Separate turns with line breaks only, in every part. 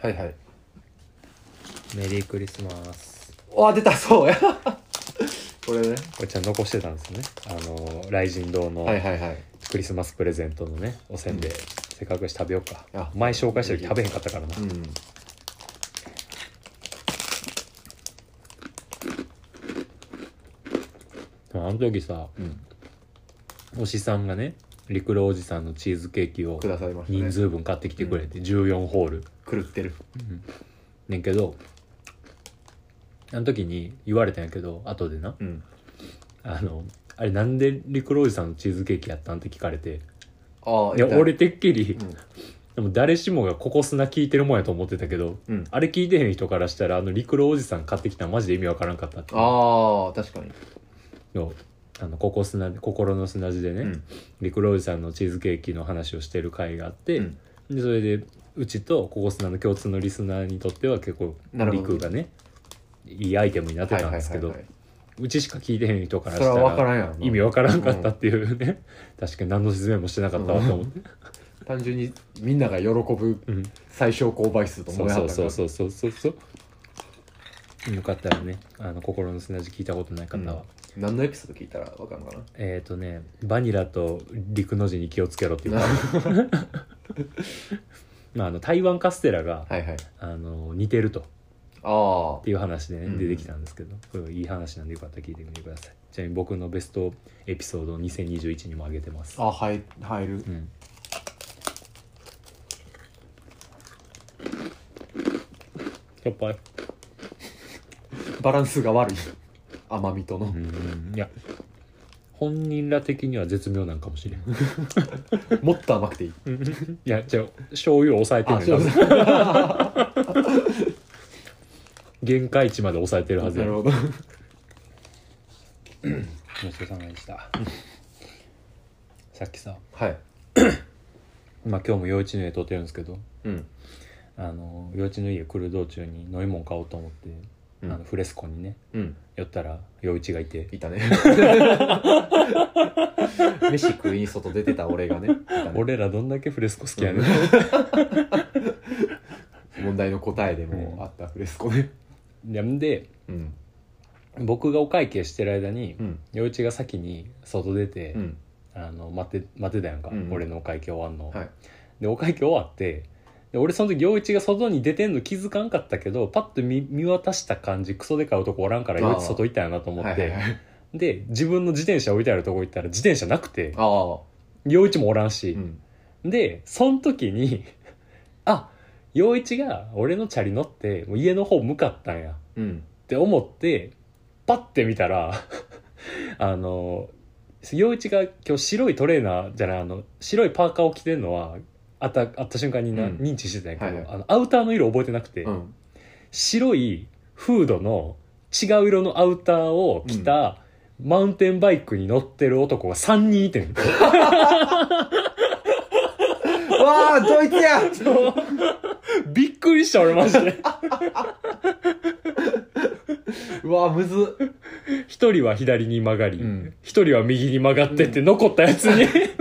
はいはい
メリークリスマス
わ出たそうやこれね
これちゃん残してたんですねあの雷神堂の
はいはいはい
クリスマスプレゼントのねおせんべい、
うん
せっかくやし食べようか
あ
前紹介した時食べへんかったからな、
うん
あの時さ
うん
おしさんがね陸路おじさんのチーズケーキを
くださいましたね
人数分買ってきてくれて、14ホール、
狂ってる
ねんけどあの時に言われたんやけど後でな
うん
あのあれなんで陸路おじさんのチーズケーキやったんって聞かれて
ああ
いや
痛
俺てっきり、
うん
でも誰しもがここ砂聞いてるもんやと思ってたけど
うん
あれ聞いてへん人からしたらあの陸路おじさん買ってきたのマジで意味わからんかったって
ああ確かに
のあのここ砂心の砂地でね、
うん
陸路おじさんのチーズケーキの話をしてる回があって、
うん
でそれでうちとココスナの共通のリスナーにとっては結構
なるほど
陸がねいいアイテムになって
はい
たん
はい
ですけ
はい
ど、
はい
うんうちしか聞いてへん人からし
それ
た
は分かららんやろな
意味わからんかったっていうね、確かに何の説明もしてなかったわと思って、
単純にみんなが喜ぶ
うん、
最小公倍数と
そう
思いは
そ
っ
う
た
そう
う
そうそうそうそうよかったらねあの心の砂地聞いたことない方は、
何のエピソード聞いたら分かるのかな
えっ、ー、とねバニラと陸の字に気をつけろっていうかまああの台湾カステラが、
はいはい
あの似てると
あ
っていう話で、ね
うん
出てきたんですけどこれいい話なんでよかったら聞いてみてくださいちなみに僕のベストエピソードを2021にも上げてます
ああ入入る
うんやっぱ
バランスが悪い甘みとの、
うんいや本人ら的には絶妙なんかもしれんい
もっと甘くていい
やじゃあ醤油を抑えて
あ
る
そ
の
う
よ多分
そう
限界値まで抑えてるはず
な
や
るほど
ごちそうさまでしたさっきさ
はい
まあ今日も陽一の家撮ってるんですけど
うん
あの陽一の家来る道中に飲み物買おうと思って、
うん
あのフレスコにね
うん
寄ったら陽一がいて
いたね飯食いに外出てた俺がねいたね
俺らどんだけフレスコ好きやねん、
問題の答えでもあったフレスコね
でんで
うん
僕がお会計してる間に
うん
陽一が先に外出て、
うん
あの待って待ってたやんか、
うん
俺のお会計終わんの、
はい
でお会計終わってで俺その時陽一が外に出てんの気づかんかったけどパッと見見渡した感じクソでかい男おらんから
あー
陽一外行ったんやなと思って、
はいはいはい
で自分の自転車置いてあるとこ行ったら自転車なくて
ああ
陽一もおらんし
う、ん
でその時にあ陽一が俺のチャリ乗ってもう家の方向かったんや
うん
って思ってパッて見たら あの陽一が今日白いトレーナーじゃないあの白いパーカーを着てるのはあったあった瞬間にな、
うん
認知してたんやけど、
はいはい
あのアウターの色覚えてなくて、
うん
白いフードの違う色のアウターを着た、マウンテンバイクに乗ってる男が3人いてん
わあドイツや
びっくりした俺マジで
うわあむずっ
一人は左に曲がり
うん
一、人は右に曲がってって残ったやつ に突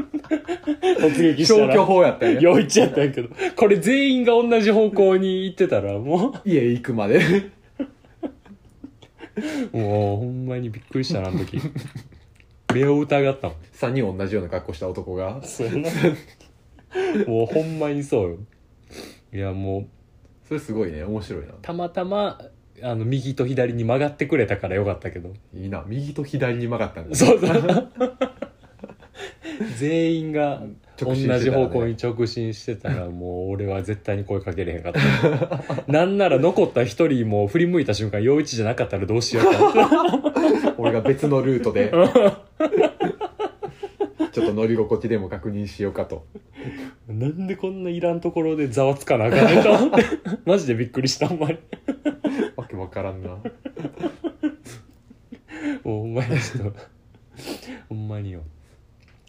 撃した
消去
ら
法やった よね
陽一やったんやけどこれ全員が同じ方向に行ってたらも
家行くまで
うもうほんまにびっくりしたなあの時 目を疑ったもん
3人同じような格好した男が
もうほんまにそうよいやもう
それすごいね面白いな
たまたまあの右と左に曲がってくれたからよかったけど
いいな右と左に曲がったんだ
そうそう 全員が同
直進してたらね
じ方向に直進してたらもう俺は絶対に声かけれへんかったなんなら残った一人も振り向いた瞬間陽一じゃなかったらどうしようか
俺が別のルートで ちょっと乗り心地でも確認しようかと
なんでこんないらんところでざわつかなあかんねんと思って マジでびっくりしたお前
わけわからんな
もうお前ちょっとほんまによ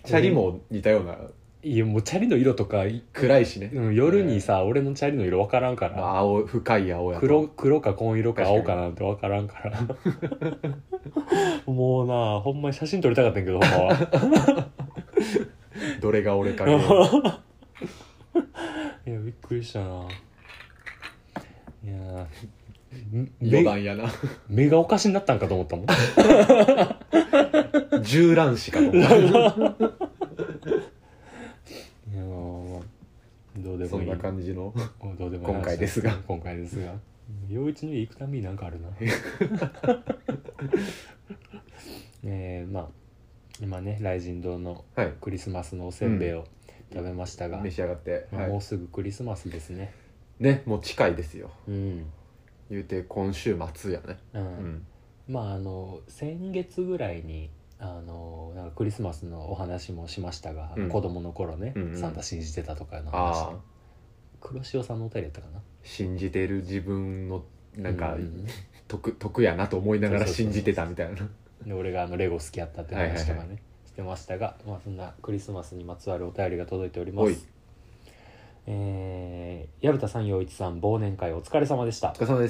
チャリも似たようない
やもうチャリの色とかい
暗いしね、
うん夜にさ、俺のチャリの色分からんから、
まあ、青深い青やと
黒黒か紺色か
確か
青か
に
なんて分からんから もうなほんまに写真撮りたかったんやけどほんまは
どれが俺かね
いやびっくりしたないやーん
余
目
談 やな
目がおかしになったんかと思ったもん
銃乱視かと思っ
いやーどうで
たそ
もい
ん
い
な感じの
もうどうでもいい話
今回ですが
今回ですが陽一の家行くたびになんかあるな えー、まあ今ね雷神堂の
はい
クリスマスのおせんべいを食べましたが、
召し上がって、
まあ
は
もう
い、
すぐクリスマスですね
ねもう近いですよ
うん、
言うて今週末やね
うん
うん
まああの先月ぐらいにあのなんかクリスマスのお話もしましたが、
うん
子供の頃ね、
うんうん
サンタ信じてたとかの話
ああ
黒潮さんのお便りやったかな
信じてる自分のなんか、
ううん
得得やなと思いながら
そうそうそう
信じてたみたいな
で俺があのレゴ好きやったって話とかね、
はいはい
してましたが、まあ、そんなクリスマスにまつわるお便りが届いておりま
おい
すえー、矢蓋さん陽一さん忘年会お疲れ様でした
お疲れ様で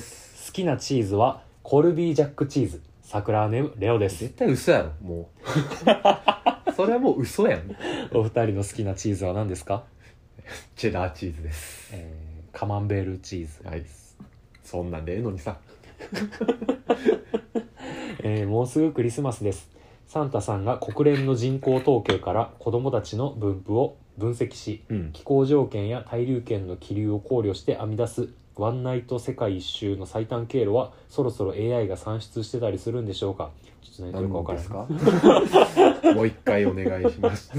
好
す
きなチーズはコルビージャックチーズ桜ネレオです
絶対嘘やろもう それはもう嘘やん
お二人の好きなチーズは何ですか、
チェダーチーズです
えー、カマンベールチーズ
はいそんなんでええのにさ
えーもうすぐクリスマスですサンタさんが国連の人口統計から子供たちの分布を分析し
うん
気候条件や対流圏の気流を考慮して編み出すワンナイト世界一周の最短経路はそろそろ AI が算出してたりするんでしょうかちょっと何言ってるか分から
で
ない
すかもう一回お願いします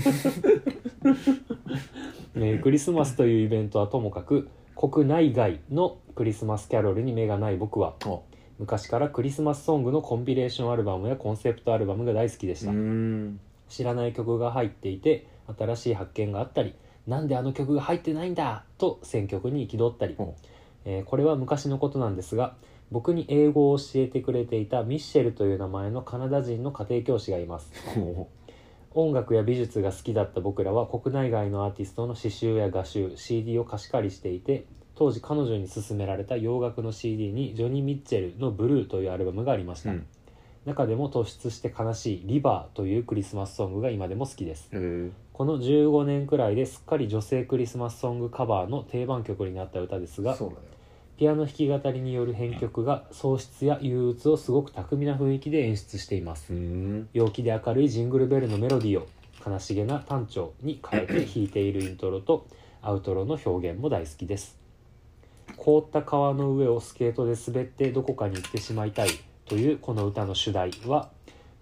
えークリスマスというイベントはともかく国内外のクリスマスキャロルに目がない僕は
お
昔からクリスマスソングのコンピレーションアルバムやコンセプトアルバムが大好きでし
う
た、
ーん
知らない曲が入っていて新しい発見があったりなんであの曲が入ってないんだと選曲に憤ったり
ほう、
えーこれは昔のことなんですが僕に英語を教えてくれていたミッシェルという名前のカナダ人の家庭教師がいます
も
音楽や美術が好きだった僕らは国内外のアーティストの刺繍や画集 CD を貸し借りしていて当時彼女に勧められた洋楽の CD にジョニー・ミッチェルの「ブルー」というアルバムがありまし
う、
た、
うん
中でも突出して悲しい「リバー」というクリスマスソングが今でも好きです
えー
この15年くらいですっかり女性クリスマスソングカバーの定番曲になった歌ですが
そうなのよ
ピアノ弾き語りによる編曲が喪失や憂鬱をすごく巧みな雰囲気で演出しています
うーん
陽気で明るいジングルベルのメロディーを悲しげな単調に変えて弾いているイントロとアウトロの表現も大好きです凍った川の上をスケートで滑ってどこかに行ってしまいたいというこの歌の主題は、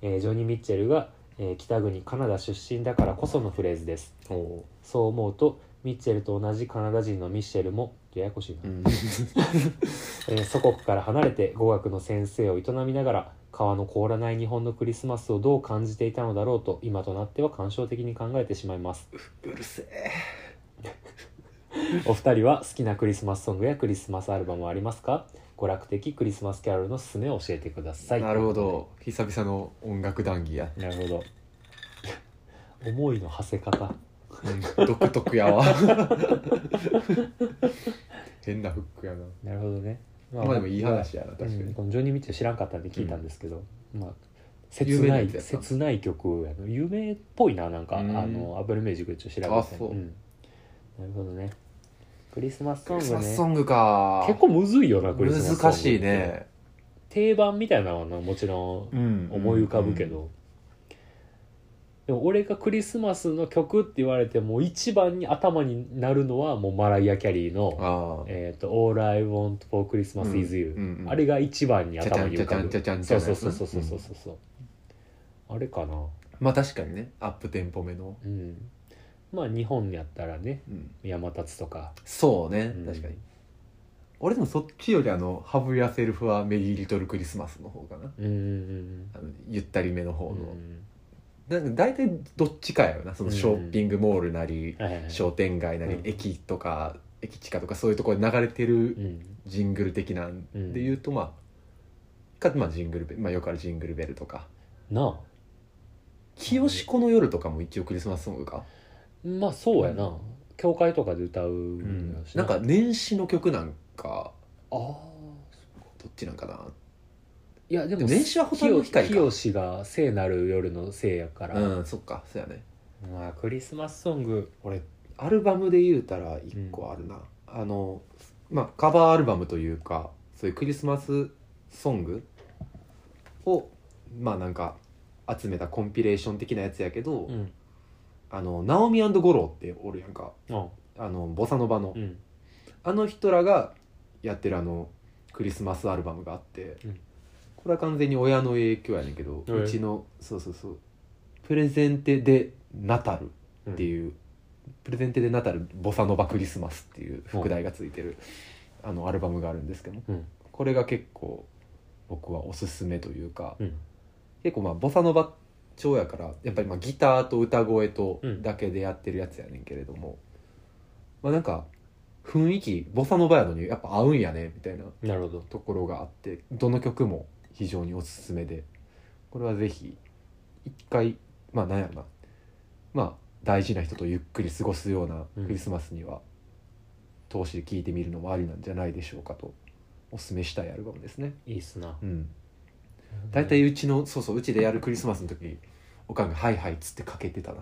えージョニー・ミッチェルが、えー北国カナダ出身だからこそのフレーズです
お
そう思うとミッチェルと同じカナダ人のミッシェルもややこしいな、
うん
えー祖国から離れて語学の先生を営みながら川の凍らない日本のクリスマスをどう感じていたのだろうと今となっては感傷的に考えてしまい ます
うるせえ
お二人は好きなクリスマスソングやクリスマスアルバムはありますか娯楽的クリスマスキャロルのすすめを教えてください
なるほど久々の音楽談義や
なるほど 思いの馳せ方
うん独特や わ変なフックやな
なるほどねま
まあでもいい話やな確か
うん
に
このジョニー・ミッチェル知らんかったんで聞いたんですけど、まあ切
有名な
な
や
い
つやった
切ない曲やの有名っぽいななんかあ
うん
のアップルミュージックでちょっと調べて
あそうん
なるほどねクリスマスソ
ク
ン
リス
グ
マス
ね
ソングか
結構むずいよなクリスマスソング
難しいね
定番みたいなのはなもちろん思い浮かぶけど、でも俺がクリスマスの曲って言われても一番に頭になるのはもうマライア・キャリーの
あ
「えー、と All I Want for Christmas is You」あれ
が
が一番に頭に浮かぶ
ちゃちゃんち
そ
ゃ
う
ちゃ
そ
ん
う
ちゃ
そう
のやつ
そうそうそうそう、あれかな
まあ確かにねアップテンポ目の、
うんまあ日本やったらね
うん、
山立とか、
そうね
うん
確かに、俺でもそっちよりあの「ハブ・ヤセルフ・はメリー・リトル・クリスマス」の方かな
うんうん
あのゆったりめの方
うんう
の、
ん
なんか大体どっちかやよなそのショッピングモールなり、
はいはいはい
商店街なり、
うん
駅とか駅地下とかそういうところで流れてる
うん
ジングル的なん
うん
で言うとまあか、まあ、ジングルベル、まあ、よくあるジングルベルとか
なあ
「清子の夜」とかも一応クリスマスソングか、
まあそうやな、
うん
教会とかで歌うやし
なんか年始の曲なんか
ああ
どっちなんかない
やで
で
も
も年始は蛍の光か
清が聖なる夜の聖やから、
うんそっかそうやね
まあクリスマスソング
俺アルバムで言うたら一個あるな、あのまあ、カバーアルバムというかそういうクリスマスソングをまあなんか集めたコンピレーション的なやつやけど、
うん
あのナオミゴローっておるやんか
あ
あのボサノバの、
うん
あの人らがやってるあのクリスマスアルバムがあって、
うん
これは完全に親の影響やねんけど、
ええ
うちのそうそうそう「プレゼンテ・でナタル」っていう、プレゼンテ・でナタルボサノバ・クリスマス」っていう副題がついてる、あのアルバムがあるんですけども
うん
これが結構僕はおすすめというか、
うん
結構まあボサノバ調やからやっぱりまあギターと歌声と
うん
だけでやってるやつやねんけれども、まあなんか雰囲気ボサノバやのにやっぱ合うんやねみたいな
なるほど
ところがあってどの曲も非常におすすめでこれはぜひ一回まあなんやろなまあ大事な人とゆっくり過ごすような
うん
クリスマスには、通して聴いてみるのもありなんじゃないでしょうかとおすすめしたいアルバムですね。
いいっすな
うん大体うちのそうそううちでやるクリスマスの時おかんが「はいはい」っつってかけてたない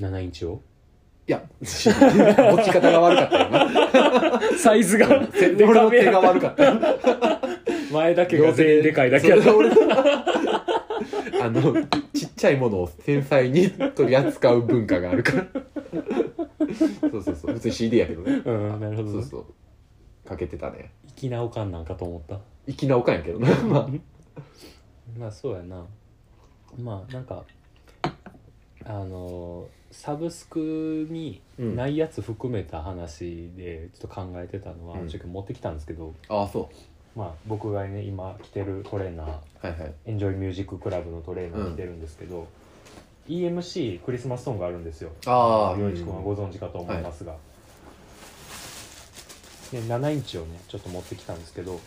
7インチを
や持ち方が悪かったよ な
サイズが
手俺の手が悪か ったよ
前だけが全員でかいだけやった
そう俺あのちっちゃいものを繊細に取り扱う文化があるからそうそうそう普通に CD やけどね
うんなるほど
そう
ね
そうかけてたね
粋なおかんなんかと思った
粋なおかんやけどなまあ
まあそうやなまあなんかあのーサブスクに
うん
ないやつ含めた話でちょっと考えてたのは、
うん
ちょっと持ってきたんですけど、
ああそ
まあ、僕がね今着てるトレーナー
うはいはい
エンジョイミュージッククラブのトレーナー着てるんですけど、EMC クリスマスソングあるんですよ
ああ
洋一君はご存知かと思いますが、で7インチをねちょっと持ってきたんですけど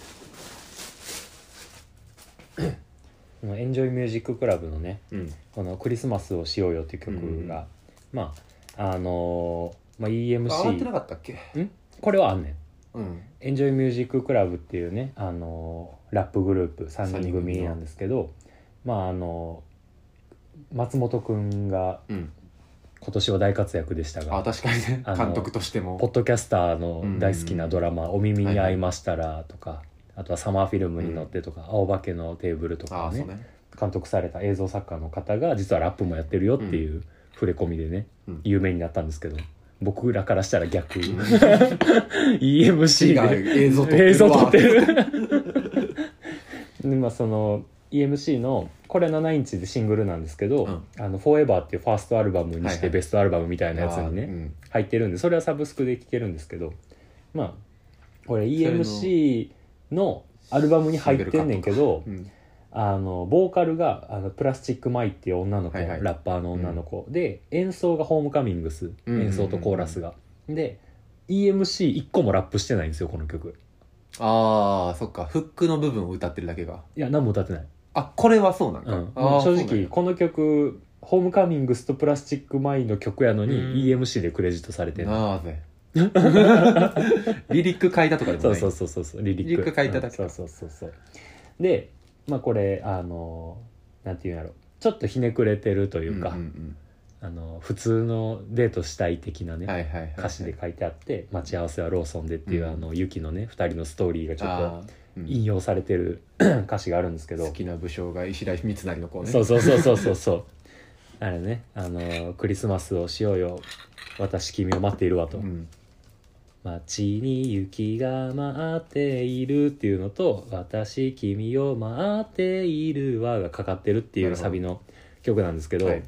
このエンジョイミュージッククラブのね
うん
この「クリスマスをしようよ」っていう曲が、まああのーまあ、
あ上がってな
EMC
かったっけ
これはあんねん
うん
エンジョイミュージッククラブっていうね、あのーラップグループ3人組なんですけどまああのー松本くんが
うん
今年は大活躍でした
あ
が
確かにね
あの
監督としても
ポッドキャスターの大好きなドラマ「お耳に合いましたら」とかあとは「サマーフィルムに乗って」とか「青化けのテーブル」と
あ
か
あそう
ね
ね
監督された映像作家の方が実はラップもやってるよっていう触れ込みでね
うん
有名になったんですけど僕らからしたら逆
うん
EMC で
映像撮ってる
映
わ
像撮ってる でまあその EMC のこれは7インチでシングルなんですけど「
うん
あのフォーエバーっていうファーストアルバムに
は
し
いは
て
い
ベストアルバムみたいなやつにね、
あーうん
入ってるんでそれはサブスクで聴けるんですけどまあこれ
れの
EMC のアルバムに入ってんねんけど
うん
あのボーカルがあのプラスチックマイっていう女の子、
はいはい
ラッパーの女の子、で演奏がホームカミングス
うんうんうん
演奏とコーラスが、で EMC1 個もラップしてないんですよこの曲
ああそっかフックの部分を歌ってるだけが
いや何も歌ってない、
あこれはそうなん
う
か、
ん、
あー
正
そうなん
直
や
この曲ホームカミングスとプラスチックマイの曲やのに
うん
EMC でクレジットされてんの
なぜ リリック変えたとかでも
そ
な
う
い
そうそうそうそうリリック
リリック書いただけ
うんそうそうそうそうでまあこれあのなんていうんやろちょっとひねくれてるというか、
んん
あの普通のデートしたい的な
う
ね、
んはいはいはいはい
歌詞で書いてあって「待ち合わせはローソンで」っていう、
うん
あのユキのね2人のストーリーがちょっと
あーうん
引用されて る歌詞があるんですけど
好きな武将が石田三成の子ね
そうそうそうそうそうそうあれねあの「クリスマスをしようよ私君を待っているわ」と。
ん、
街に雪が舞っているっていうのと「私君を待っているわ」がかかってるっていう
なるほど
サビの曲なんですけど、
はい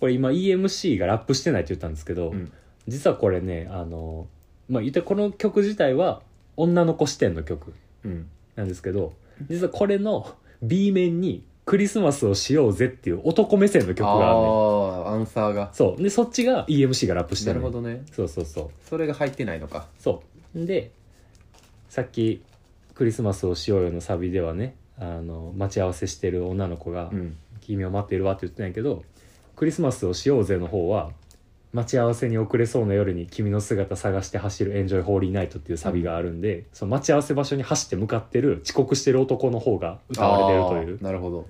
これ今 EMC がラップしてないって言ったんですけど、
うん
実はこれねあの、まあ、言ってこの曲自体は女の子視点の曲
うん、
なんですけど実はこれの B 面に「クリスマスをしようぜ」っていう男目線の曲があるね
ああアンサーが
そうでそっちが EMC がラップして
な
る
るほどね
そうそうそう
それが入ってないのか
そうでさっき「クリスマスをしようよ」のサビではねあの待ち合わせしてる女の子が
うん
「君を待っているわ」って言ってないけど「クリスマスをしようぜ」の方は「待ち合わせに遅れそうな夜に君の姿探して走るエンジョイホーリーナイト」っていうサビがあるんで、その待ち合わせ場所に走って向かってる遅刻してる男の方が歌われてるとい
あ
う
ーなるほど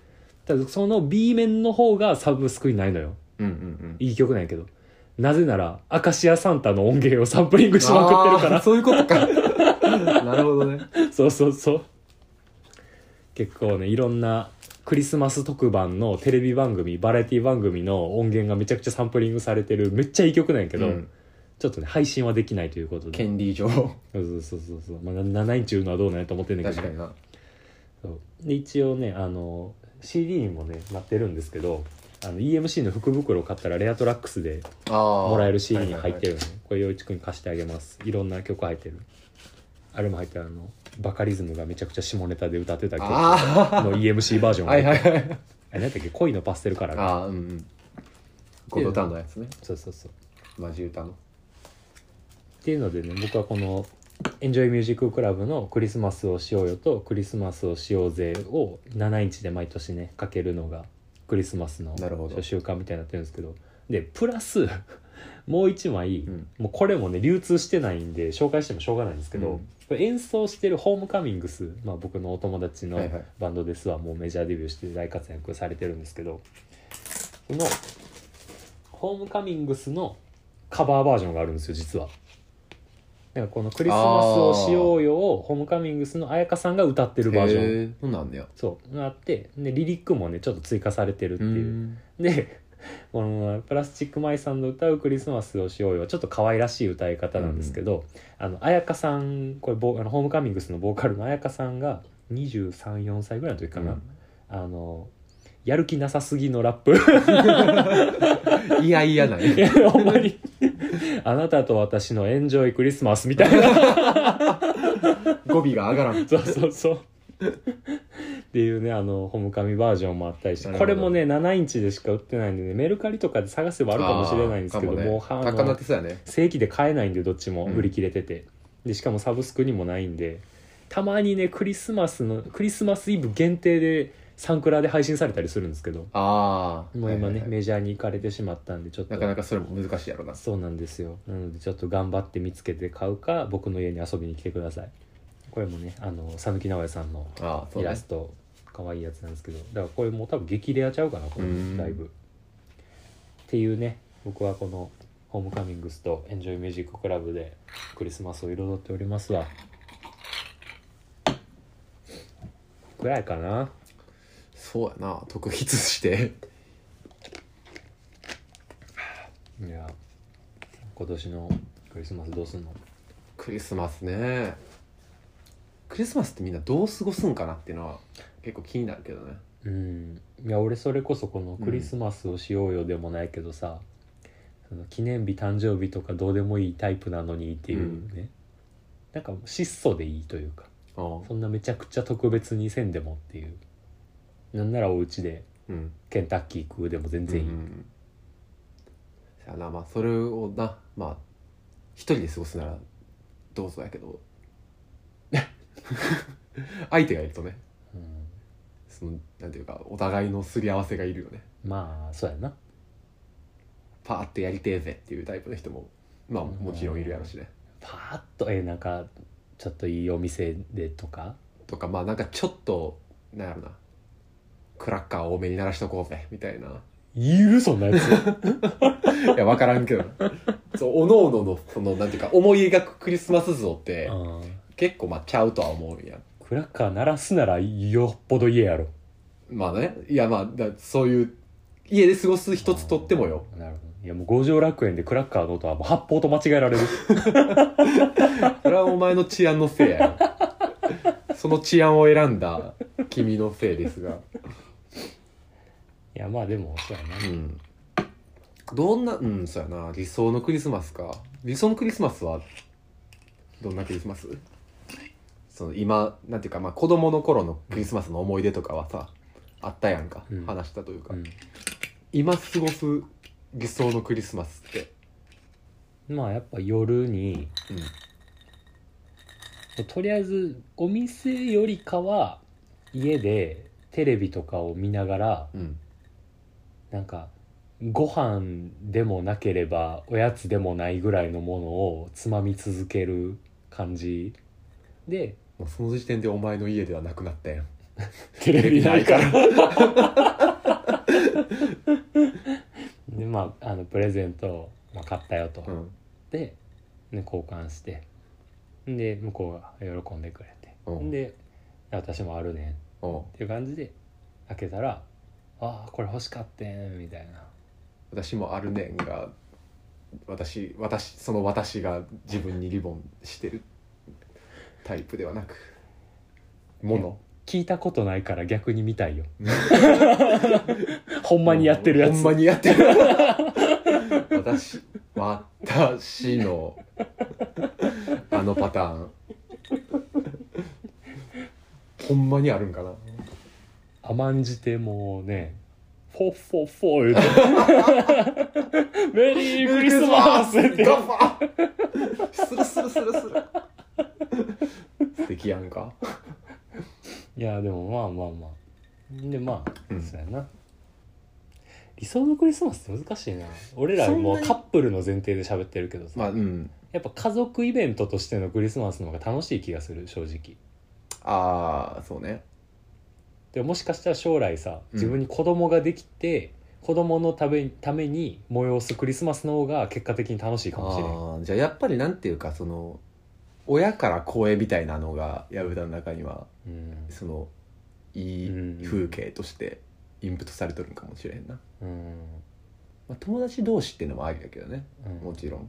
ただその B 面の方がサブスクにないのよ
うんうんうん
いい曲なんやけどなぜならアカシアサンタの音源をサンプリングしまくってるか
あー
ら
そういうこと かなるほどね
そうそうそう結構ねいろんなクリスマス特番のテレビ番組バラエティ番組の音源がめちゃくちゃサンプリングされてるめっちゃいい曲なんやけど、
うん
ちょっとね配信はできないということで
権利上
そうそうそうそうそう、まあ、な7インチいうのはどうなんやと思ってんねんけど
確かにな
そうで一応ねあの CD にもねなってるんですけどあの EMC の福袋を買ったらレアトラックスで
ああ
もらえる CD に入ってるのね、これ陽一くんに貸してあげますいろんな曲入ってるあれも入ってるあのバカリズムがめちゃくちゃ下ネタで歌ってた曲の
あ
EMC バージョ
あ
ン
はいはい
あ
はい
れ何だっけ恋のパステルカラー
ああうんうんゴドタンのやつね
そうそうそう
マジ歌の
っていうのでね僕はこの「エンジョイミュージッククラブの「クリスマスをしようよ」と「クリスマスをしようぜ」を7インチで毎年ねかけるのがクリスマスの
なるほど
習慣みたいになってるんですけどでプラス もう一枚、
うん
もうこれもね流通してないんで紹介してもしょうがないんですけど、
うん
これ演奏してるホームカミングス、まあ、僕のお友達の
はいはい
バンドですはもうメジャーデビューして大活躍されてるんですけどこのホームカミングスのカバーバージョンがあるんですよ実は。だからこの「クリスマスをしようよ」をホームカミングスの彩香さんが歌ってるバージョン
へえそうなんだよ
そうがあってでリリックもねちょっと追加されてるって
う
いう。
ん
でこの「プラスチックマイさんの歌うクリスマスをしようよ」はちょっと可愛らしい歌い方なんですけど、あの彩香さんこれボーあのホームカミングスのボーカルの彩香さんが234歳ぐらいの時かな、あのやる気なさすぎのラッ プ
いやいやない
いやほんまに「あなたと私のエンジョイクリスマス」みたい な
語尾が上がらん
そうそうそう。っていうねあのホームカミバージョンもあったりして
なるほ
こ
ど
れもね7インチでしか売ってないんでねメルカリとかで探せばあるかもしれないんですけど
あー
も,、
かね
うはあの
高鳴ってそうやね
正規で買えないんでどっちも
うん
売り切れてて、でしかもサブスクにもないんでたまにねクリスマスのクリスマスイブ限定でサンクラで配信されたりするんですけど
ああ
もう今ね、
はいはいはい
メジャーに行かれてしまったんでちょっと
なかなかそれも難しいやろな
そうなんですよなのでちょっと頑張って見つけて買うか僕の家に遊びに来てくださいこれもねあの讃岐直哉さんの
ああそう
イラ
ね
スト可愛いやつなんですけどだからこれもう多分激レアちゃうかなこ
うん
のライブっていうね僕はこの「ホームカミングス」と「エンジョイミュージッククラブ」でクリスマスを彩っておりますわぐらいかな
そうやな特筆して
いや今年のクリスマスどうすんの
クリスマスねクリスマスってみんなどう過ごすんかなっていうのは結構気になるけどね
うんいや俺それこそこの「クリスマスをしようよ」でもないけどさ、その記念日誕生日とかどうでもいいタイプなのにっていうね、なんか質素でいいというか
あ
そんなめちゃくちゃ特別にせんでもっていうなんならお家で
うん
ケンタッキー食うでも全然いい、
うんそやなまあそれをなまあ一人で過ごすならどうぞやけど 相手がいるとね
うん
そのなんていうかお互いのすり合わせがいるよね
まあそうやな
パーッとやりてえぜっていうタイプの人もまあもちろんいるやろしね
パーッとえなんかちょっといいお店でとか
とかまあなんかちょっとなんやろなクラッカー多めに鳴らしとこうぜみたいな
言うそんなやつ
いや分からんけどそうおのおののそのなんていうか思い描くクリスマス像って
うん
結構まあちゃうとは思うんや
クラッカー鳴らすならよっぽど家やろ
まあねいやまあだそういう家で過ごす一つとってもよ
なるほどいやもう五条楽園でクラッカーの音はもう発砲と間違えら れる
それはお前の治安のせいやろその治安を選んだ君のせいですが
いやまあでもそうやな
うんどんなうんそうやな理想のクリスマスか理想のクリスマスはどんなクリスマスその今なんていうか、まあ、子供の頃のクリスマスの思い出とかはさあったやんか、
うん
話したというか、
うん
今過ごす理想のクリスマスって、
まあやっぱ夜に
うん、
とりあえずお店よりかは家でテレビとかを見ながら
うん、
なんかご飯でもなければおやつでもないぐらいのものをつまみ続ける感じで
もうその時点でお前の家ではなくなったやん
テレビない からでまああのプレゼントをまあ、買ったよと、
うん
でで交換してで向こうが喜んでくれて、
うん
で私もあるねんっ
おう
ていう感じで開けたら「ああこれ欲しかったん」みたいな
私もあるねんが私私その私が自分にリボンしてるタイプではなくもの
聞いたことないから逆に見たいよ ほんまにやってるやつ、
ほんまにやってる私私のあのパターンほんまにあるんかな
甘んじてもうねフォッフォッフォー 言うてメリークリスマスって
ガバスルスルスルスル素敵やんか
いやでもまあまあまあでまあ、
うん
そうやな理想のクリスマスって難しいな俺らも
そんな
う
に
カップルの前提で喋ってるけどさ、
まあうん
やっぱ家族イベントとしてのクリスマスの方が楽しい気がする正直
ああそうね
でもしかしたら将来さ
ん
自分に子供ができて、子供のためために催すクリスマスの方が結果的に楽しいかもしれない
ああじゃあやっぱりなんていうかその親から声みたいなのが矢札の中には
うん
そのいい風景としてインプットされとるんかもしれへんな、
うん
まあ、友達同士っていうのもありだけどね
う
も
ん
ちろん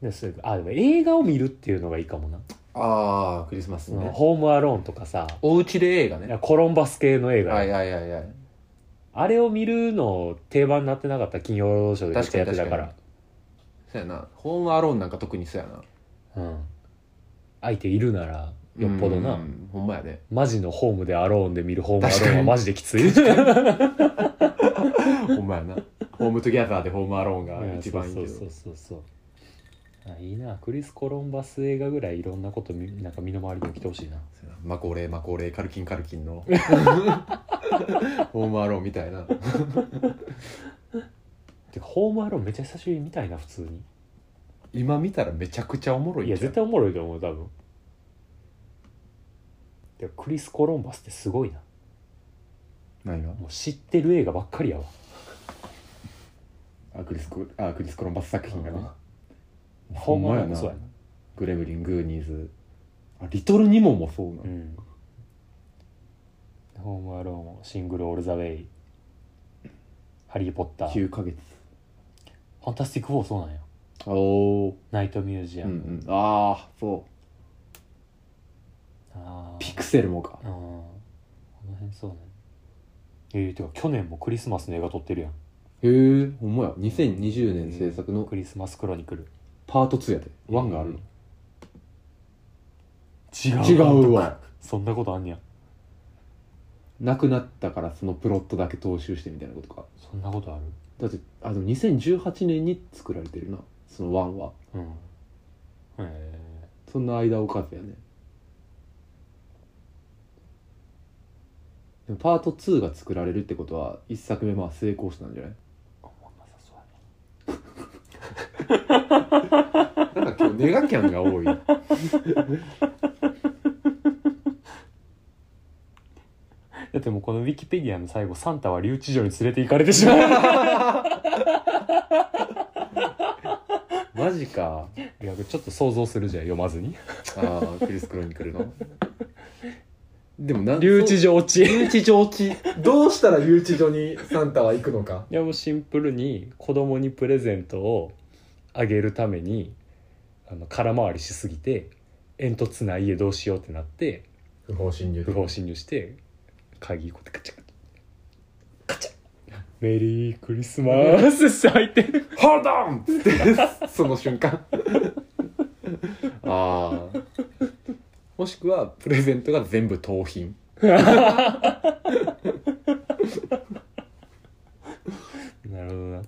でそういえばあでも映画を見るっていうのがいいかもな、
ああクリスマス
その
ね
ホームアローンとかさ
おうちで映画ね
コロンバス系の映画、
はいはいはいはい
あれを見るの定番になってなかった金曜ロードショーでめっちゃやってたから
確そうやなホームアローンなんか特にそうやな
うん、相手いるならよっぽどな、
うんほんまやね
マジのホームでアローンで見るホームアローンはマジできつい
ほんまやなホームトゥギャザーでホームアローン
う
が
ん
一番いいけど
そうそうそうそうあいいなクリス・コロンバス映画ぐらいいろんなことみなんか身の回りに起きてほしいな
そうやなマコーレーマコーレーカルキンカルキ ンのホームアローンみたいな
てかホームアローンめっちゃ久しぶりに見たいな普通に
今見たらめちゃくちゃおもろいん
い
ちゃ
や
う
絶対おもろいと思う多分でクリス・コロンバスってすごいな
何が
もう知ってる映画ばっかりやわ
あクリスコあクリスコロンバス作品がね
ホームアローン
ほんまやな
もそうやな
グレムリングーニーズあリトルニモもそうなの、
うんホームアローン、シングル、オール・ザ・ウェイ、ハリー・ポッター、フ
9ヶ月
ァンタスティック・フォーそうなんや。
おお
ナイト・ミュージ
ー
ア
う
ム。
んうんああそう
あ
ピクセルもか
あ。うん。この辺そうね。えー、てか去年もクリスマスの映画撮ってるやん。
へえほんまや2020年制作の
クリスマス・クロニクル。
パート2やで1があるの
違う。
違うわ。
そんなことあんねや。
なくなったからそのプロットだけ踏襲してみたいなことか
そんなことある
だってあの2018年に作られてるなその1は
うん。え
そんな間置かずやねでもパート2が作られるってことは1作目まあ成功したんじゃない
ー、思わなさそうやね。
なんか今日ネガキャンが 多い
だってもうこのウィキペディアの最後、サンタは留置所に連れて行かれて しまう。
マジか
いやちょっと想像するじゃん、読まずに。
ああクリス・クロニクルのでもな
留置所落ち。
留置所落ちどうしたら留置所にサンタは行くのか
いやもうシンプルに子供にプレゼントをあげるためにあの空回りしすぎて煙突ない家どうしようってなって
不法侵入
不法侵入して鍵こうやってカチャカチャカチャメリークリスマ スって入って
ホールドオンって その瞬間ああもしくはプレゼントが全部盗品
なるほどな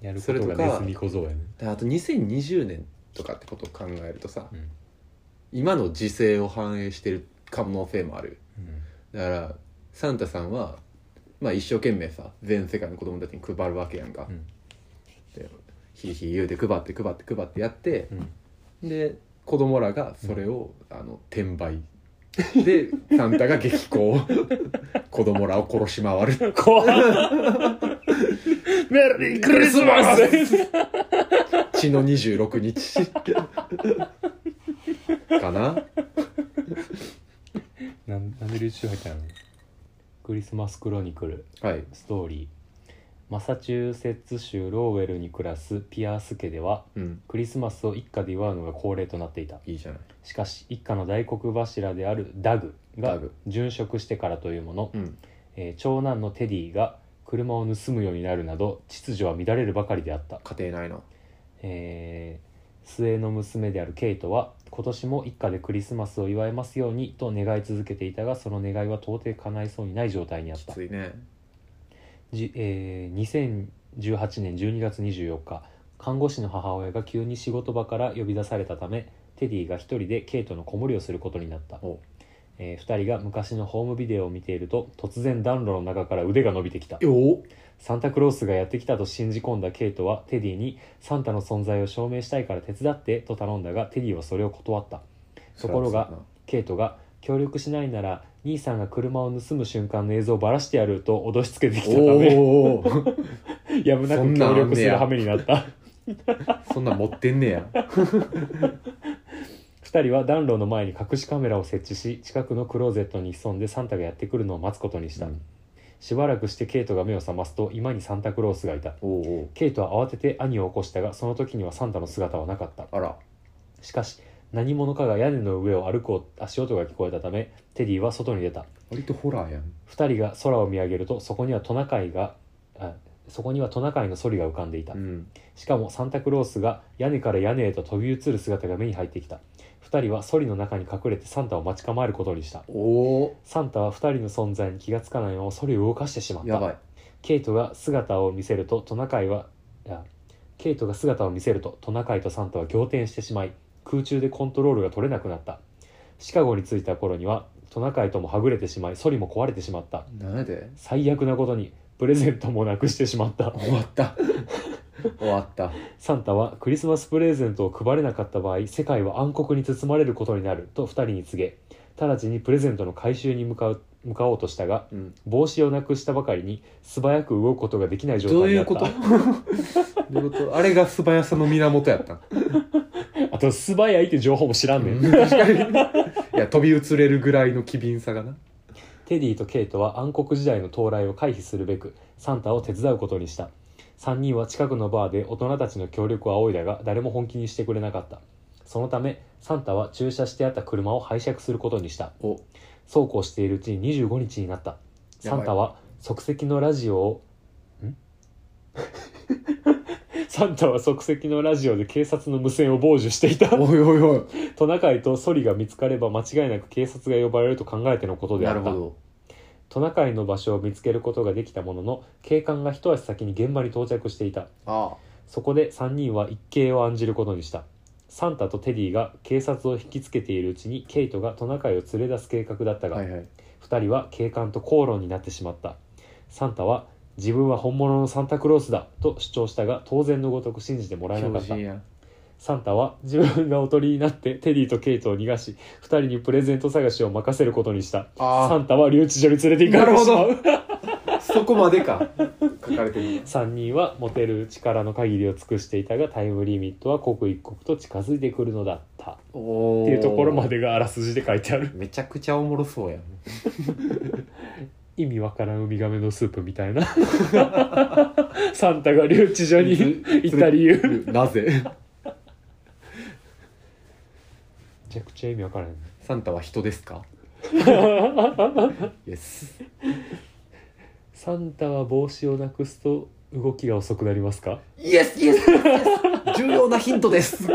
やる
そ
こ
れと
と
か
がネズミ小僧やね
であと2020年とかってことを考えるとさ
うん
今の時勢を反映してる可能性もある
うん
だからサンタさんはまあ一生懸命さ全世界の子供たちに配るわけやんか、
うん
でひいひい言うて配って配って配ってやって
う、ん
で子供らがそれを、あの転売でサンタ が激高子供らを殺し回る
怖っメリークリスマス
血の26日かな
なんなんで流中入ったのクリスマスクロニクル
はい
ストーリーマサチューセッツ州ローウェルに暮らすピアース家では
うん
クリスマスを一家で祝うのが恒例となっていた
いいじゃない
しかし一家の大黒柱であるダグ
ダ
が
グ
殉職してからというもの、
うん
えー長男のテディが車を盗むようになるなど秩序は乱れるばかりであった、
家庭内の
えー末の娘であるケイトは今年も一家でクリスマスを祝えますようにと願い続けていたがその願いは到底叶いそうにない状態にあっ
き
た
ついね
じ、えー2018年12月24日看護師の母親が急に仕事場から呼び出されたためテディが一人でケイトの子守りをすることになった、
お
え2人が昔のホームビデオを見ていると突然暖炉の中から腕が伸びてきた
よ
サンタクロースがやってきたと信じ込んだケイトはテディにサンタの存在を証明したいから手伝ってと頼んだがテディはそれを断ったところがケイトが協力しないなら兄さんが車を盗む瞬間の映像をばらしてやると脅しつけてきたため
お おー
やむなく協力する羽目になった
そんなん持ってんねや
2人は暖炉の前に隠しカメラを設置し近くのクローゼットに潜んでサンタがやってくるのを待つことにした、
うん
しばらくしてケイトが目を覚ますと今にサンタクロースがいた
おうおう
ケイトは慌てて兄を起こしたがその時にはサンタの姿はなかった
あら
しかし何者かが屋根の上を歩く足音が聞こえたためテディは外に出た
割とホラーやん
2人が空を見上げるとそこにはトナカイがあそこにはトナカイのソリが浮かんでいた、
うん
しかもサンタクロースが屋根から屋根へと飛び移る姿が目に入ってきた2人はソリの中に隠れてサンタを待ち構えることにした
おお
サンタは2人の存在に気がつかないままソリを動かしてしまった
やばい
ケイトが姿を見せるとトナカイはいやケイトが姿を見せるとトナカイとサンタは仰天してしまい空中でコントロールが取れなくなったシカゴに着いた頃にはトナカイともはぐれてしまいソリも壊れてしまった
なんやで
最悪なことにプレゼントもなくしてしまった
終わった 終わった
サンタはクリスマスプレゼントを配れなかった場合世界は暗黒に包まれることになると2人に告げ直ちにプレゼントの回収に向かう向かおうとしたが
うん
帽子をなくしたばかりに素早く動くことができない状
どう
態に
い
な
う
っ
こと
た
どういうこと あれが素早さの源やったん
あと素早いっていう情報も知らんねん、
うん確かにいや飛び移れるぐらいの機敏さがな
テディとケイトは暗黒時代の到来を回避するべくサンタを手伝うことにした3人は近くのバーで大人たちの協力を仰いだが誰も本気にしてくれなかったそのためサンタは駐車してあった車を拝借することにした
お
そうこうしているうちに25日になったサンタは即席のラジオをん サンタは即席のラジオで警察の無線を傍受していた
おいおいおい
トナカイとソリが見つかれば間違いなく警察が呼ばれると考えてのことであ
なる
っ
ほ
た
ど
トナカイの場所を見つけることができたものの警官が一足先に現場に到着していた
あ
そこで3人は一計を案じることにしたサンタとテディが警察を引きつけているうちにケイトがトナカイを連れ出す計画だった
あ
が、
はいはい
2人は警官と口論になってしまったサンタは自分は本物のサンタクロースだと主張したが当然のごとく信じてもらえなか
強
った
靭や
サンタは自分がおとりになってテディとケイトを逃がし2人にプレゼント探しを任せることにした
あー
サンタは留置所に連れて行かれてしま
なる
う
そこまでか書かれてるの
3人は持てる力の限りを尽くしていたがタイムリミットは刻一刻と近づいてくるのだったっ
お
ていうところまでがあらすじで書いてある
めちゃくちゃおもろそうやん
意味わからんウミガメのスープみたいな サンタが留置所に行った理由
なぜ
めちゃくちゃ意味わからん
サンタは人です かイエス
サンタは帽子をなくすと動きが遅くなりますか
イエスイエス重要なヒントです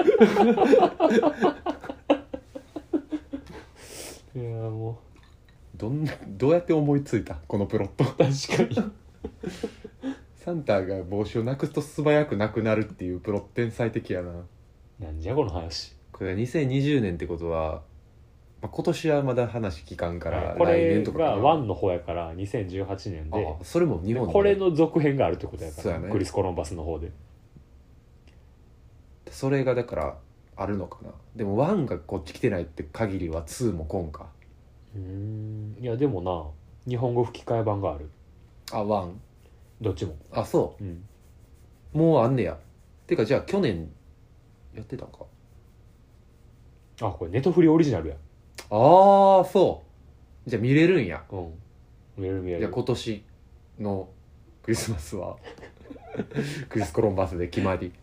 いやーも
どんなどうやって思いついたこのプロット
う確かに
サンタが帽子をなくすと素早くなくなるっていうプロット天才的やな
なんじゃこの話
これが2020年ってことは、まあ、今年はまだ話聞かんから
こ
来
れ
年とかか
が
な
ワンの方やから2018年で
あそれも日本
これの続編があるってことや
そ
か
う
ら
やね
クリス・コロンバスの方で
それがだからあるのかなでも1がこっち来てないって限りは2も来んか
うーんいやでもな日本語吹き替え版がある
あワン
どっちも
あそ
うん
もうあんねやてかじゃあ去年やってたんか
あこれネトフリオリジナルや
ああそうじゃあ見れるんや
うん見れる見れ
じゃあ
る
今年のクリスマスは クリス・コロンバスで決まり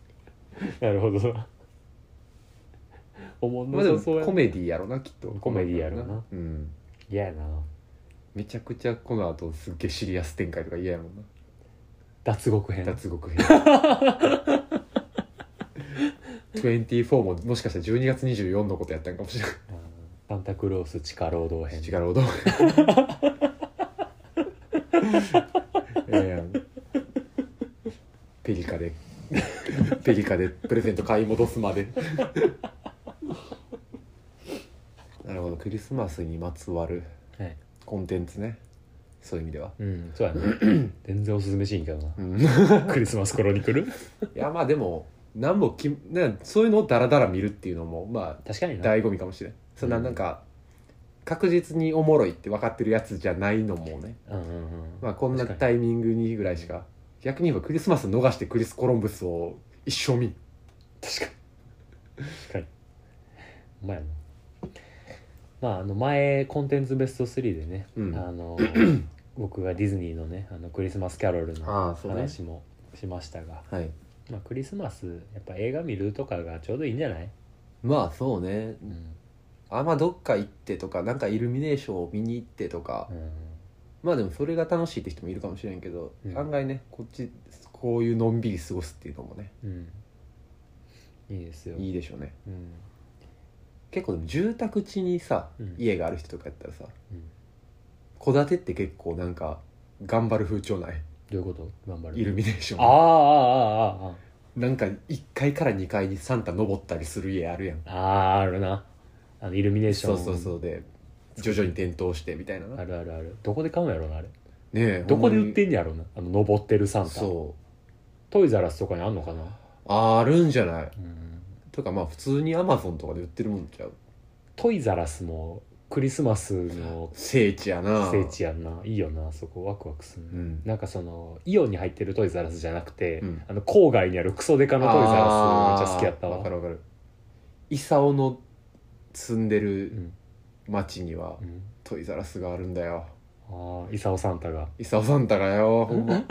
なるほど おもん
ま
な
あで
さ
も
そうや
コメディやろなきっと
コメディやろな
うん
嫌やな
めちゃくちゃこの後すっげえシリアス展開とか嫌やもんな
脱獄編
脱獄 編24ももしかしたら12月24のことやったんかもしれない
あーサンタクロース地下労働編
違 う踊るいやいやペリカでペリカでプレゼント買い戻すまでなるほどクリスマスにまつわる
はい
コンテンツねそういう意味では、
うんそうや な全然おすすめしいんけど な
うん、い
クリスマスクロニクル
やまあでも何もきねそういうのをダラダラ見るっていうのもま
確かに
あ
な
醍醐味かもしれんそんな
うん
なんか確実におもろいって分かってるやつじゃないのもね
うんうんうん
まあ、こんな
確か
タイミングにぐらいしか逆に言えばクリスマス逃してクリス・コロンブスを一生見ん
確かに確かにほんまやなまああの前コンテンツベスト3でね、
うん
あ の僕がディズニーのねあのクリスマスキャロルの
ああそ
話もしましたが、
はい
まあ、クリスマスやっぱ映画見るとかがちょうどいいんじゃない、
まあそうね
うん
あまあどっか行ってとかなんかイルミネーションを見に行ってとか
うん、
まあでもそれが楽しいって人もいるかもしれんけど、
うん
案外ねこっちこういうのんびり過ごすっていうのもね
うんいいですよ
いいでしょうね
うん
結構でも住宅地にさ
うん
家がある人とかやったらさ
うん
戸建てって結構なんか頑張る風潮ない
どういうこと頑張る
イルミネーシ
ああ
ョン
ああああ
なんか1階から2階にサンタ登ったりする家あるやん
あああるなあのイルミネーショ
そ
ン
うそうそうで徐々に点灯してみたいなな
あ
ね
るあるあるどこで買うんやろうなあれ
え
どこで売って
ん
んやろうなあの登ってるサンタ
そう
トイザラスとかにあんのかな
あるんじゃない
うん
とかまあ普通にアマゾンとかで売ってるもんちゃう
トイザラスもクリスマスの
聖地やな
聖地やんないいよなそこワクワクする、
うん
なんかそのイオンに入ってるトイザラスじゃなくて、
うん
あの郊外にあるクソデカのトイザラスめっちゃ好きやった
あーわか
わ
るわかるイサオの住んで
う
る
ん
町には
うん
トイザラスがあるんだよ
ああイサオサンタが
イサオサンタがよほんま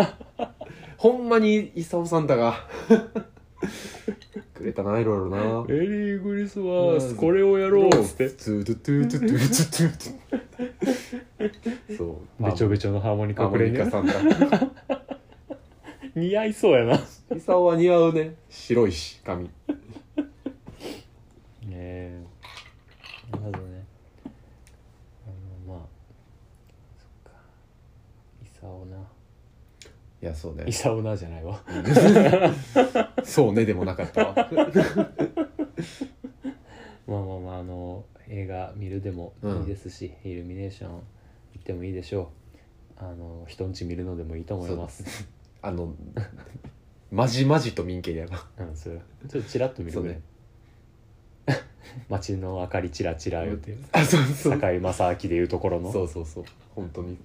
ほんまにイサオサンタがくれたないろいろな
メリークリス
マ
マ
ス
ス
こ
これをやろうっつって
トゥトゥトゥトゥトゥトゥトゥトゥそう
べちょべちょのハーモニカくれね
さんだ
似合いそうやな
イサオは似合うね白いし髪
ええなるほどねあのまあそっかイサオない
やそうね
イサオなじゃないわ
そうねでもなかったわ
まあまあまああの映画見るでもいいですし、イルミネーション行ってもいいでしょうあの人んち見るのでもいいと思います
あのまじまじと民家やな
うんそれちょっとチラッと見るぐらい、
そう
街の明かりチラチラよっていう
あそうそう
堺正明でいうところの
そうそうそう本当に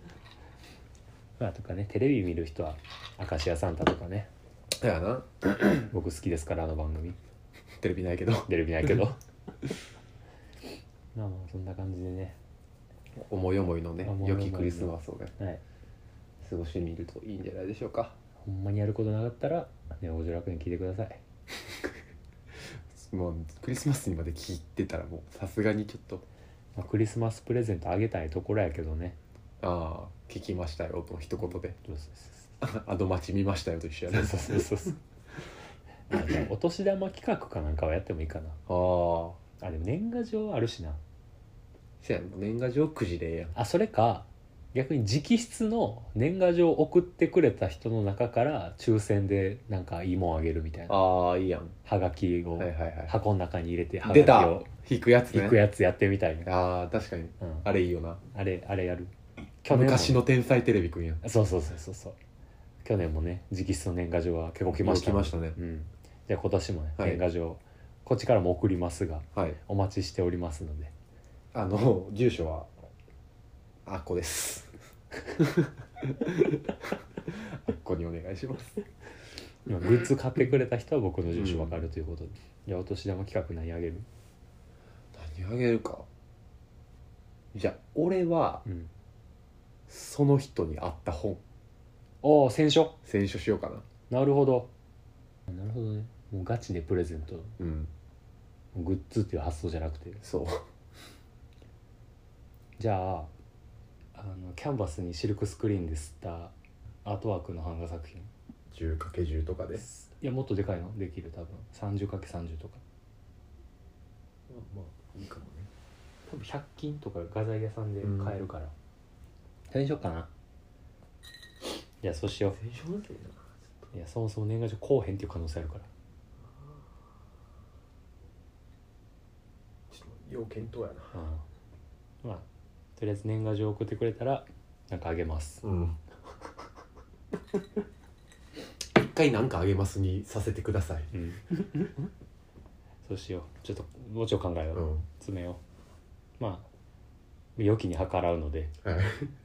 まあとかねテレビ見る人は明石家サンタとかね
だやな
僕好きですからあの番組
テレビないけど
テレビないけど まあまあそんな感じでね
思い思いのね
思い
良
思いの
きクリスマスをね
はい
過ごしてみるといいんじゃないでしょうか
ほんまにやることなかったらねおじらくに聞いてください
もうクリスマスにまで聞いてたらもうさすがにちょっと
まあ、クリスマスプレゼントあげたいところやけどね
ああ聞きましたよと一言で
そ う
アドマチ見ましたよと一緒やね
そうそうそう そうあでもお年玉企画かなんかはやってもいいかな
ああ
あでも年賀状あるしな
せやん年賀状くじでええやん
あそれか逆に直筆の年賀状を送ってくれた人の中から抽選でなんかいいもんあげるみたいな
ああいいやん
はがきを
はいはいは
箱の中に入れてはいがき
出た
を
引くやつね
引くやつやってみたいな、
ああ確かに
うん、
あれいいよな
あれあれやるも
昔の天才テレビくんやん
そうそうそうそうそう去年もね直筆の年賀状は結構来ました
来ましたね
うん、じゃあ今年もね、
はい
年賀状こっちからも送りますが
はい
お待ちしておりますので
あの住所はあっこです あっこにお願いします
まあグッズ買ってくれた人は僕の住所わかるということで、じゃあお年玉企画何あげる
何あげるかじゃあ俺は
うん
その人に合った本
ああ選書
選書しようかな
なるほどなるほどねもうガチでプレゼント
うん
グッズっていう発想じゃなくて
そう
じゃああのキャンバスにシルクスクリーンで吸ったアートワークの版画作品
10×10 とかで
いやもっとでかいのできる多分 30×30 とか
まあいいかもね
多分100均とか画材屋さんで買えるから、それにしようかなじゃあそうしよ
選書むずいな
ういやそもそも年賀状こうへんっていう可能性あるから
ちょっと要検討やな
うんまあとりあえず年賀状送ってくれたらなんかあげます
うん一回なんかあげますにさせてください
うんそうしようちょっともうちょい考えよう、
うん
詰めようまあ良きに計らうので
は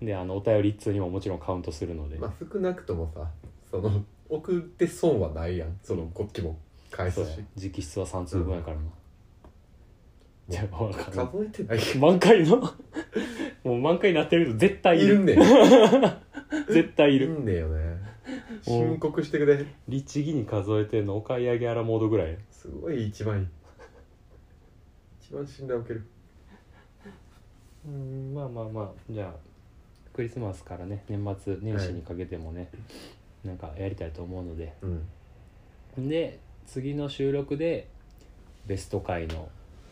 い
であのお便り一通にももちろんカウントするので、
まあ少なくともさその送って損はないやんそのこっちも返
そ
す
うや
し
直筆は3通分やからな、 じゃあ分かる
数えてない
満開の もう満開になってると絶対い
い
る
る んねん
絶対い
いる
る
んねんよね 申告してくれ
律儀に数えてんのお買い上げアラモードぐらい
すごい一番いい一番信頼を受ける
うんまあまあまあじゃあクリスマスからね年末年始にかけてもね、なんかやりたいと思うので
うん
で次の収録でベスト回の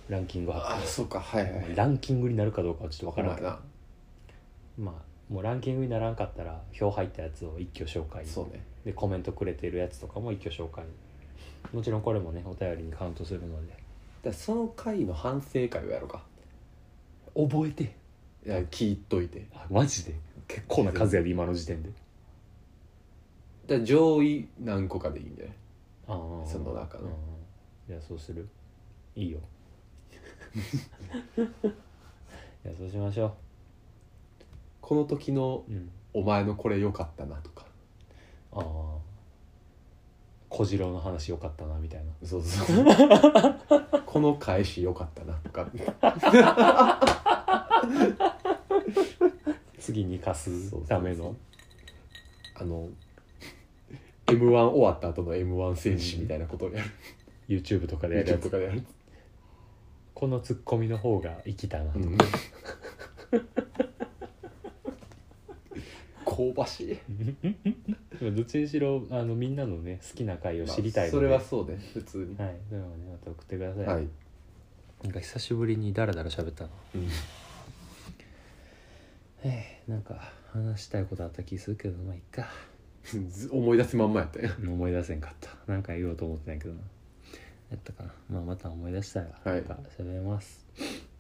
ランキング発表
ああそうかはいはい
ランキングになるかどうかはちょっと
ほ
分
ん
か
ま
らん
や
けど
な
まあもうランキングにならんかったら票入ったやつを一挙紹介
そうね
でコメントくれてるやつとかも一挙紹介もちろんこれもねお便りにカウントするので
だからその回の反省会をやろうか
覚えて
いや聞いといて
あマジで結構な数やで今の時点で
だから上位何個かでいいんじゃない
ああ
その中の
じゃあそうするいい よ いやそうしましょ
この時の
ううん
お前のこれ良かったなとか
ああ小次郎の話よかったなみたいな
そうそうそう この返し良かったなとか
次に貸すための
あの m 1終わった後の m 1選手みたいなことをやる
YouTube とかでやるや
YouTube
つ
とかでやる、
このツッコミの方が生きたな、
うん、香ばしい
どっちにしろあのみんなのね好きな回を知りたい
そ
の
れ
で、
はそうね普通に
はいそれはねまた送ってください、
はい、
なんか久しぶりにダラダラ喋ったな
うん
えーなんか話したいことあった気するけどまあいっか
ず思い出すまんまやったよ
思い出せんかったなんか言おうと思ってないけどなやったかな、まあ、また思い出したら
は
ないんか喋れます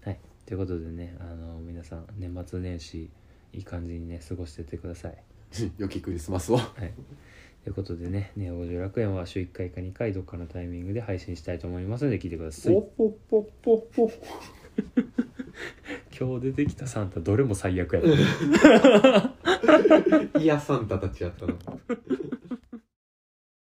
はい、ということでねあの皆さん年末年始いい感じにね過ごしてってください
良きクリスマスを
はい、ということでね「ネオ五条楽園」は週1回か2回どっかのタイミングで配信したいと思いますので聞いてください
ぽぽぽぽ
今日出てきたサンタどれも最悪やった
イヤサンタたちやったの